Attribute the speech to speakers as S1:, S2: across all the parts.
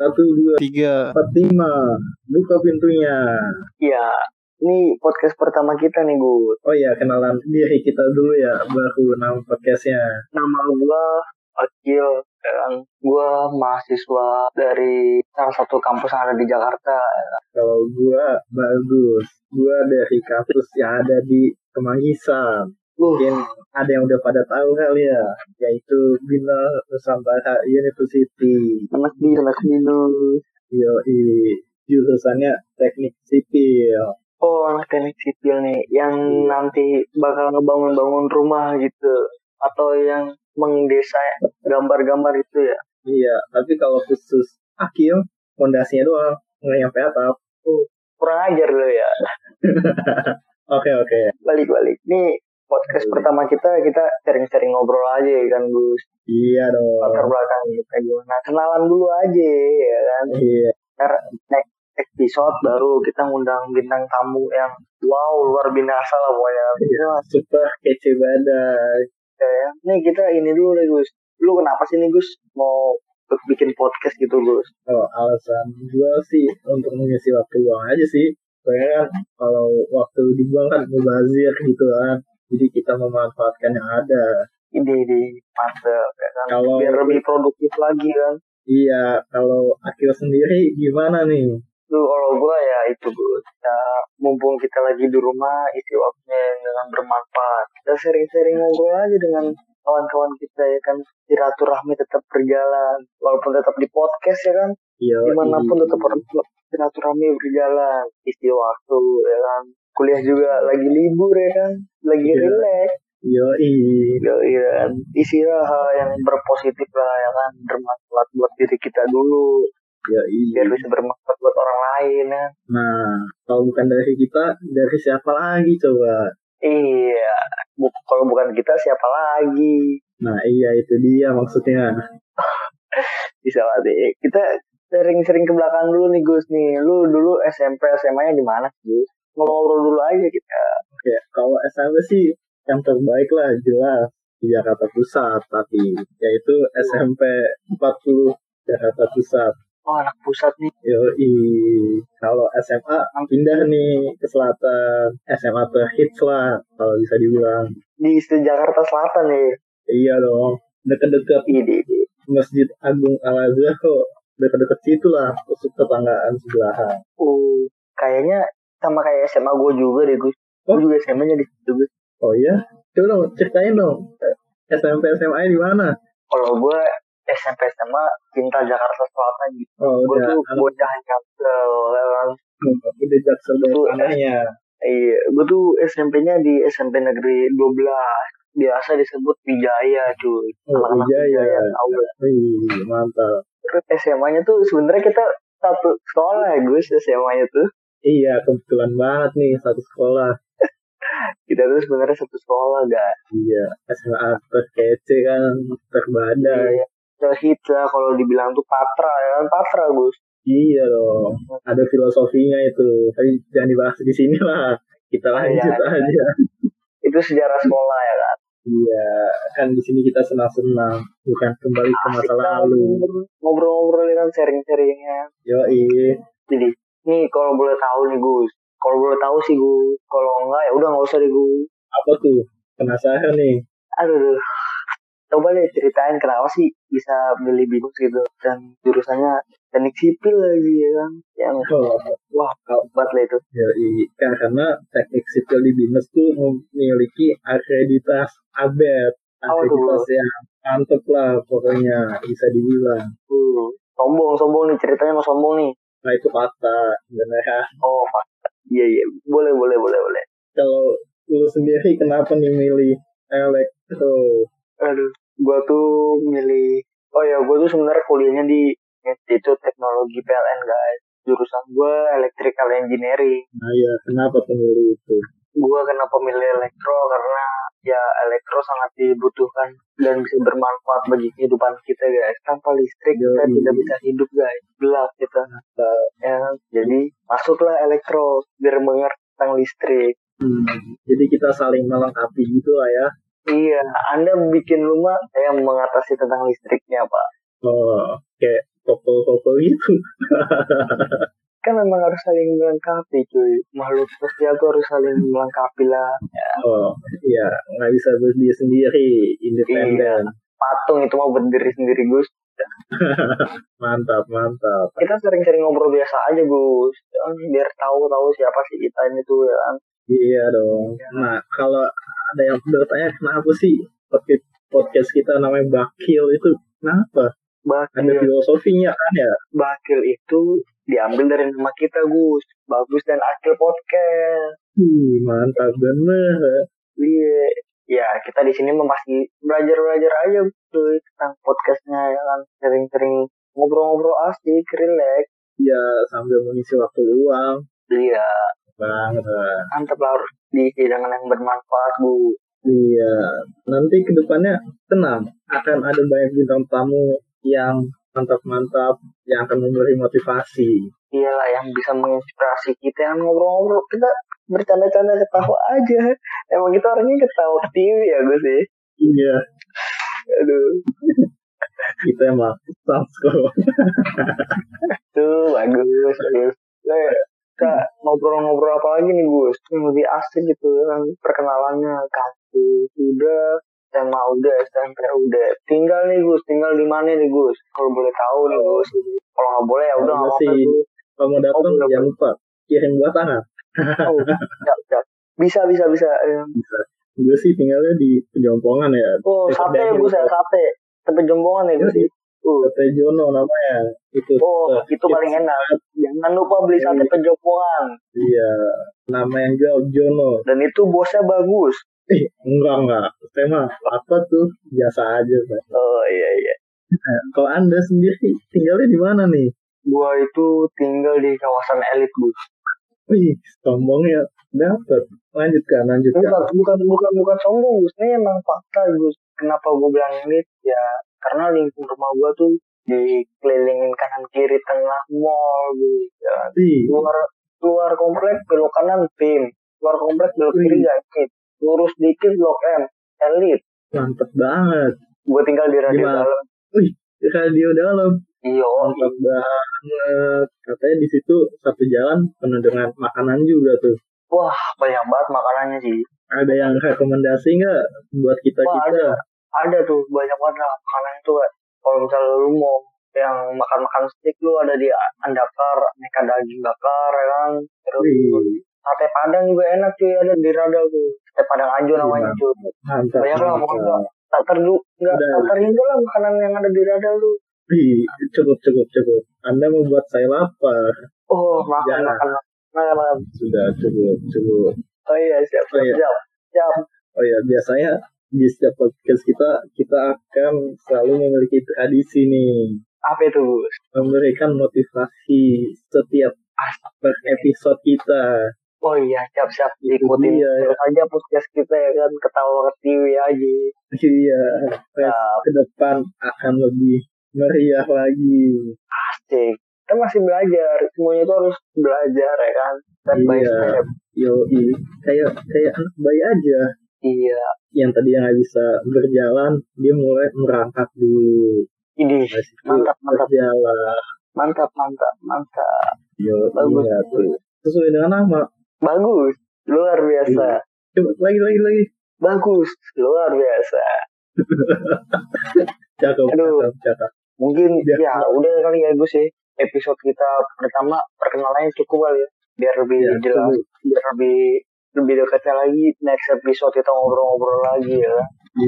S1: Satu, dua,
S2: Tiga.
S1: empat, lima. Buka pintunya.
S3: Iya, ini podcast pertama kita nih, Gut.
S1: Oh ya, kenalan diri kita dulu ya, baru nama podcastnya.
S3: Nama gue Akil, dan gue mahasiswa dari salah satu kampus yang ada di Jakarta.
S1: Kalau gua bagus, gua dari kampus yang ada di Kemangisan.
S3: Uh,
S1: Mungkin ada yang udah pada tahu kali ya, yaitu Bina Nusantara University.
S3: anak di anak binus.
S1: Yoi, jurusannya teknik sipil.
S3: Oh, anak teknik sipil nih, yang nanti bakal ngebangun-bangun rumah gitu. Atau yang mendesain gambar-gambar itu ya.
S1: Iya, tapi kalau khusus akil, fondasinya doang, nggak nyampe atap.
S3: Kurang ajar lo ya.
S1: Oke, oke.
S3: Balik-balik. Nih, podcast pertama kita, kita sering-sering ngobrol aja ya kan, Gus.
S1: Iya dong.
S3: latar belakang kita gitu, gimana Nah, kenalan dulu aja ya kan
S1: Iya,
S3: ntar next episode baru kita ngundang bintang tamu yang wow luar biasa lah pokoknya Ini mas,
S1: Iya, super kece badai.
S3: ya. nih kita ini dulu deh Gus lu kenapa sih nih Gus mau bikin podcast gitu Gus
S1: Kalau alasan gue sih untuk mengisi waktu luang aja sih. Soalnya kan kalau waktu dibuang kan mubazir gitu kan. Jadi kita memanfaatkan yang ada.
S3: ide-ide mantep ya kan
S1: Kalau-
S3: biar lebih produktif lagi kan
S1: Iya, kalau akil sendiri gimana nih?
S3: Lu kalau gue ya itu Gus ya, mumpung kita lagi di rumah isi waktunya dengan bermanfaat kita sering-sering ngobrol aja dengan kawan-kawan kita ya kan silaturahmi tetap berjalan walaupun tetap di podcast ya kan
S1: Iya,
S3: dimanapun tetap ber- silaturahmi berjalan isi waktu ya kan kuliah juga lagi libur ya kan lagi
S1: Iya.
S3: relax
S1: Iya,
S3: ya, ya kan isi yang berpositif lah ya kan bermanfaat buat diri kita dulu
S1: iya,
S3: biar bisa bermanfaat buat orang lain ya
S1: Nah, kalau bukan dari kita, dari siapa lagi coba?
S3: Iya, bu- kalau bukan kita siapa lagi?
S1: Nah, iya itu dia maksudnya.
S3: Bisa deh. Kita sering-sering ke belakang dulu nih Gus nih. Lu dulu SMP SMA-nya di mana Gus? Ngobrol dulu aja kita.
S1: Oke, kalau SMP sih yang terbaik lah jelas di Jakarta Pusat, tapi yaitu SMP 40 Jakarta Pusat.
S3: Oh anak pusat nih.
S1: Yoi, kalau SMA pindah nih ke selatan, SMA terhits lah kalau bisa dibilang.
S3: Di Jakarta Selatan nih.
S1: Iya dong, deket-deket
S3: Ini, ini.
S1: Masjid Agung Al Azhar kok, deket-deket situ lah, tusuk tetanggaan sebelahan.
S3: Uh, kayaknya sama kayak SMA gue juga deh Gus. Gue
S1: Oh.
S3: juga SMA-nya di situ Gus.
S1: Oh iya, coba dong ceritain dong eh, SMP SMA di mana?
S3: Kalau gue SMP SMA cinta Jakarta Selatan gitu.
S1: Oh
S3: Gue
S1: udah,
S3: tuh
S1: anak-
S3: bocah jaksel. ya kan.
S1: udah jaksel dari
S3: Tuh,
S1: sananya.
S3: Iya, gue tuh SMP-nya di SMP Negeri 12. Biasa disebut Wijaya, cuy.
S1: Oh,
S3: Anak-anak
S1: Wijaya.
S3: tahu gak?
S1: Wih, mantap.
S3: Terus SMA-nya tuh sebenarnya kita satu sekolah ya, Gus, SMA-nya tuh.
S1: Iya, kebetulan banget nih satu sekolah.
S3: Kita tuh sebenarnya satu sekolah, guys.
S1: Iya, SMA terkece kan, terbadai.
S3: Iya. Terhit lah kalau dibilang tuh Patra, ya kan? Patra, Gus.
S1: Iya dong, ada filosofinya itu. Tapi jangan dibahas di sini lah. Kita lanjut
S3: Iya, iya.
S1: aja.
S3: Itu sejarah
S1: Hmm.
S3: sekolah ya kan.
S1: Iya, kan di sini kita senang-senang, bukan kembali ke masa
S3: kan?
S1: lalu.
S3: Ngobrol-ngobrol ya kan, sharing-sharingnya.
S1: Yoi,
S3: Jadi, nih kalau boleh tahu nih, Gus. Kalau boleh tahu sih, Gus. Kalau enggak, ya udah nggak usah deh, Gus.
S1: apa tuh? Penasaran nih.
S3: aduh aduh. coba deh ceritain kenapa sih bisa milih binus gitu dan jurusannya teknik sipil lagi ya kan yang
S1: Oh,
S3: wah hebat lah itu
S1: Yoi, Ya, karena teknik sipil di BINUS tuh memiliki akreditas ABET. Akreditas yang mantep lah pokoknya bisa dibilang.
S3: Hmm. sombong sombong nih ceritanya mau sombong nih
S1: Nah itu fakta ya. beneran.
S3: oh Pak. iya iya boleh boleh boleh boleh
S1: Kalau lu sendiri kenapa nih milih elektro?
S3: aduh gua tuh milih oh ya gua tuh sebenarnya kuliahnya di Institut Teknologi PLN guys jurusan gua electrical engineering
S1: Nah ya kenapa pemilih itu?
S3: gue kenapa milih elektro karena ya elektro sangat dibutuhkan dan bisa bermanfaat bagi kehidupan kita guys tanpa listrik kita
S1: Yoi.
S3: tidak bisa hidup guys gelap kita
S1: Nah,
S3: ya jadi masuklah elektro biar mengerti tentang listrik
S1: hmm, jadi kita saling melengkapi gitu lah ya.
S3: iya anda bikin rumah yang mengatasi tentang listriknya pak
S1: Oh, kayak topel-topel gitu.
S3: kan memang harus saling melengkapi cuy makhluk sosial tuh harus saling melengkapi lah
S1: Oh, iya, nggak bisa berdiri sendiri, independen.
S3: patung itu mau berdiri sendiri Gus
S1: Mantap, mantap.
S3: kita sering-sering ngobrol biasa aja Gus Ya kan, biar tahu-tahu siapa sih kita ini tuh ya kan
S1: Iya dong. Nah, kalau ada yang bertanya kenapa sih podcast podcast kita namanya Bakil itu kenapa? Ada
S3: bakil
S1: filosofinya kan ya?
S3: bakil itu diambil dari nama kita Gus bagus dan akil podcast
S1: Ih, mantap bener.
S3: iya ya kita di sini masih belajar-belajar aja cuy tentang podcastnya ya kan sering-sering ngobrol-ngobrol asik relax
S1: Ya, sambil mengisi waktu luang.
S3: iya
S1: Banget. lah.
S3: mantap lah harus diisi dengan yang bermanfaat bu
S1: Iya. Nanti kedepannya tenang. Akan ada banyak bintang tamu yang mantap-mantap. Yang akan memberi motivasi.
S3: iyalah yang bisa menginspirasi kita yang ngobrol-ngobrol kita bercanda-canda ketawa aja emang kita orangnya ketawa ke TV ya Gus sih
S1: Iya.
S3: aduh
S1: Kita emang Samsko.
S3: tuh bagus bagus Nah, kita ngobrol-ngobrol apa lagi nih Gus yang lebih asik gitu kan perkenalannya kasus udah SMA udah SMP udah tinggal nih Gus tinggal di mana nih Gus kalau boleh tahu nih Gus kalau nggak boleh ya udah nggak apa-apa
S1: Masih.
S3: Gus.
S1: Kalau mau datang
S3: Oh, bener.
S1: jangan lupa kirim buat tangan.
S3: Oh, siap, siap. bisa bisa bisa Eh,
S1: Gue sih tinggalnya di Pejompongan ya.
S3: Oh, sate ya, Gus ya, sate. Tempe jompongan ya, Gus.
S1: Jadi,
S3: Uh,
S1: Sate Jono namanya. Itu.
S3: Oh, itu paling enak. Jangan lupa beli sate pejompongan.
S1: Iya. Nama yang jual Jono.
S3: Dan itu bosnya bagus.
S1: Eh, enggak, enggak. Saya mah apa tuh biasa aja, Pak.
S3: Oh, iya, iya.
S1: Nah, kalau Anda sendiri tinggalnya di mana nih?
S3: Gua itu tinggal di kawasan elit, Gus.
S1: Wih, sombongnya dapat. Lanjutkan, lanjutkan.
S3: Bukan, bukan, bukan, bukan sombong, Gus. Ini emang fakta, Gus. Kenapa gua bilang elit? Ya, karena lingkungan rumah gua tuh dikelilingin kanan kiri tengah mall, Gus. Ya,
S1: Wih,
S3: keluar keluar komplek belok kanan tim keluar komplek belok
S1: Hmm.
S3: kiri jangkit lurus dikit blok M elit
S1: mantap banget.
S3: gue tinggal di radio
S1: Gimana?
S3: dalam
S1: Radio dalam,
S3: iya
S1: mantap banget. Katanya di situ satu jalan penuh dengan makanan juga tuh.
S3: wah banyak banget makanannya sih
S1: Ada yang rekomendasi nggak buat
S3: wah Oh, ada
S1: kita-kita?
S3: ada tuh banyak banget lah makanan itu kayak kalau misalnya lu mau yang makan-makan steak lu ada di andakar aneka daging bakar ya kan terus
S1: Wih,
S3: sate padang juga enak cuy ada di radal tuh sate padang ajo namanya cuy
S1: mantap.
S3: banyak lah
S1: mantap.
S3: pokoknya tak terdu nggak
S1: Udah.
S3: tak terhingga lah makanan yang ada di radal tuh
S1: Wih, cukup, cukup, cukup. Anda membuat saya lapar.
S3: Oh,
S1: Jarang.
S3: makan, makan, makan, makan.
S1: Sudah, cukup, cukup.
S3: Oh iya, siap,
S1: Oh,
S3: siap,
S1: iya.
S3: siap. siap.
S1: Oh ya, biasanya di setiap podcast kita kita akan selalu memiliki tradisi nih
S3: Apa itu, Gus?
S1: memberikan motivasi setiap
S3: Asap.
S1: per episode kita.
S3: Oh iya, siap, siap.
S1: Iya,
S3: Diikutin
S1: iya.
S3: terus aja podcast kita ya kan. Ketawa ke TV aja.
S1: Iya, tes
S3: Siap,
S1: ke depan akan lebih meriah lagi.
S3: asik. Kita masih belajar. Semuanya itu harus belajar ya kan. Step by
S1: Iya.
S3: step.
S1: Yoi, kayak kayak anak bayi aja
S3: Iya.
S1: yang tadi yang nggak bisa berjalan dia mulai merangkak dulu
S3: Ini
S1: Habis itu
S3: Mantap, mantap.
S1: berjalan
S3: mantap, mantap, mantap.
S1: Yoi,
S3: Bagus.
S1: iya tuh. sesuai dengan nama
S3: Bagus. Luar biasa.
S1: Iya. coba lagi lagi lagi
S3: Bagus. Luar biasa.
S1: cakep
S3: Aduh.
S1: cakep cakep
S3: Mungkin
S1: Biar-
S3: ya udah kali ya Gus ya. Episode kita pertama perkenalannya cukup kali ya. Biar lebih
S1: Ya,
S3: jelas.
S1: setuju.
S3: biar lebih lebih dekatnya lagi next episode kita ngobrol-ngobrol lagi ya
S1: Iya.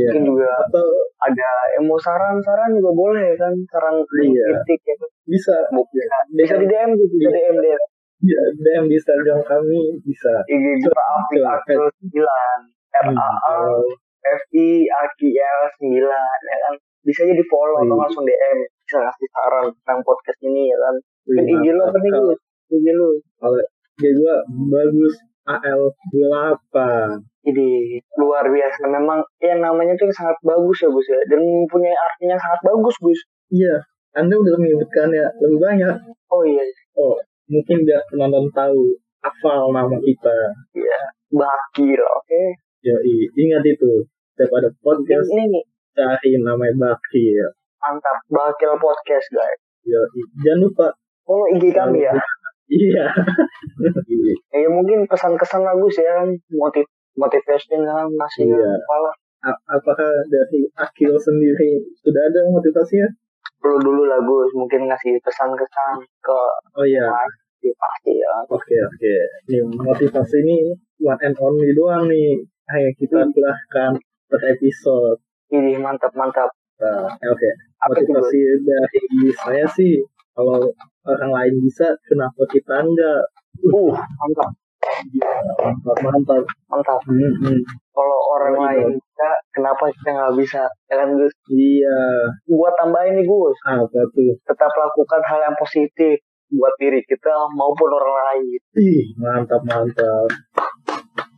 S3: mungkin uh, juga
S1: Atau
S3: ada eh, mau saran-saran juga boleh ya kan saran
S1: Iya.
S3: kritik ya kan
S1: bisa Iya.
S3: Mungkin, bisa di DM tuh bisa DM DM
S1: ya, DM di Instagram kami bisa.
S3: IG kita Afi
S1: Coba,
S3: Akil 9 R A A F I A K I L 9 ya kan bisa aja di follow atau
S1: Iya.
S3: langsung DM bisa kasih saran tentang podcast ini ya kan
S1: Wih,
S3: Dan IG lo
S1: mantap.
S3: apa nih
S1: Iya. Kalau
S3: Gus? IG lo
S1: IG gua bagus AL28.
S3: Jadi luar biasa memang yang namanya tuh sangat bagus ya Gus ya dan mempunyai artinya sangat bagus Gus.
S1: Iya, Anda udah menyebutkannya lebih banyak.
S3: Oh iya
S1: Mungkin biar penonton tahu hafal nama kita.
S3: iya. bakil oke.
S1: Jadi ingat itu. Setiap ada
S3: Yang
S1: podcast
S3: ini nih
S1: cari namanya Bakir.
S3: mantap bakil podcast guys.
S1: Yo, jangan lupa.
S3: Follow IG kami ya.
S1: Iya.
S3: Ya mungkin pesan-kesan lagu sih ya, motiv motivational masih
S1: Iya.
S3: apalah.
S1: A- apakah dari Akil sendiri sudah ada ya? motivasinya?
S3: Perlu dulu lagu mungkin ngasih pesan-kesan ke
S1: Oh iya.
S3: pasti pasti ya.
S1: Oke oke. Nih motivasi ini one and only doang nih. Ayo
S3: Hmm.
S1: kita belahkan per episode.
S3: Ini mantap mantap.
S1: Nah, oke.
S3: Apa tuh? Bro?
S1: Motivasi dari saya sih kalau orang lain bisa kenapa kita enggak?
S3: Uh, mantap
S1: Mantap mantap.
S3: mantap.
S1: Hmm, hmm.
S3: Kalau orang
S1: Iya.
S3: lain bisa, kenapa kita nggak bisa? Ya kan Gus.
S1: Iya.
S3: Buat tambahin nih Gus,
S1: Apa tuh?
S3: tetap lakukan hal yang positif buat diri kita maupun orang lain.
S1: Ih mantap mantap.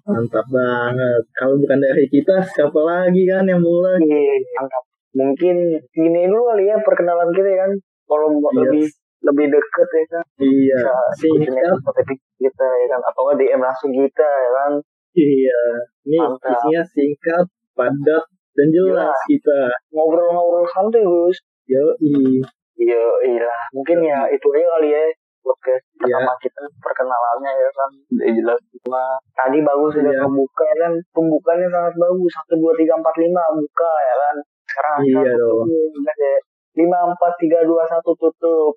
S1: Mantap banget. Kalau bukan dari kita siapa lagi kan yang mulai?
S3: Iya, mantap. Mungkin gini dulu kali ya perkenalan kita ya kan. Kalau mau
S1: Yes.
S3: lebih lebih deket ya kan.
S1: Iya.
S3: Ikutin
S1: Singkat.
S3: episode kita ya kan. Atau nggak DM langsung kita ya kan.
S1: Iya. Ini
S3: Mantap.
S1: isinya singkat, padat, dan jelas
S3: Jelas.
S1: kita.
S3: Ngobrol-ngobrol santai Gus.
S1: Yoi.
S3: Iya, iya. Mungkin ya itu aja kali ya podcast
S1: Iya.
S3: pertama kita perkenalannya ya kan udah jelas semua tadi bagus sudah
S1: Iya.
S3: membuka ya kan pembukaannya sangat bagus satu dua tiga empat lima buka ya kan sekarang
S1: Iya
S3: satu,
S1: dong.
S3: lima empat tiga dua satu tutup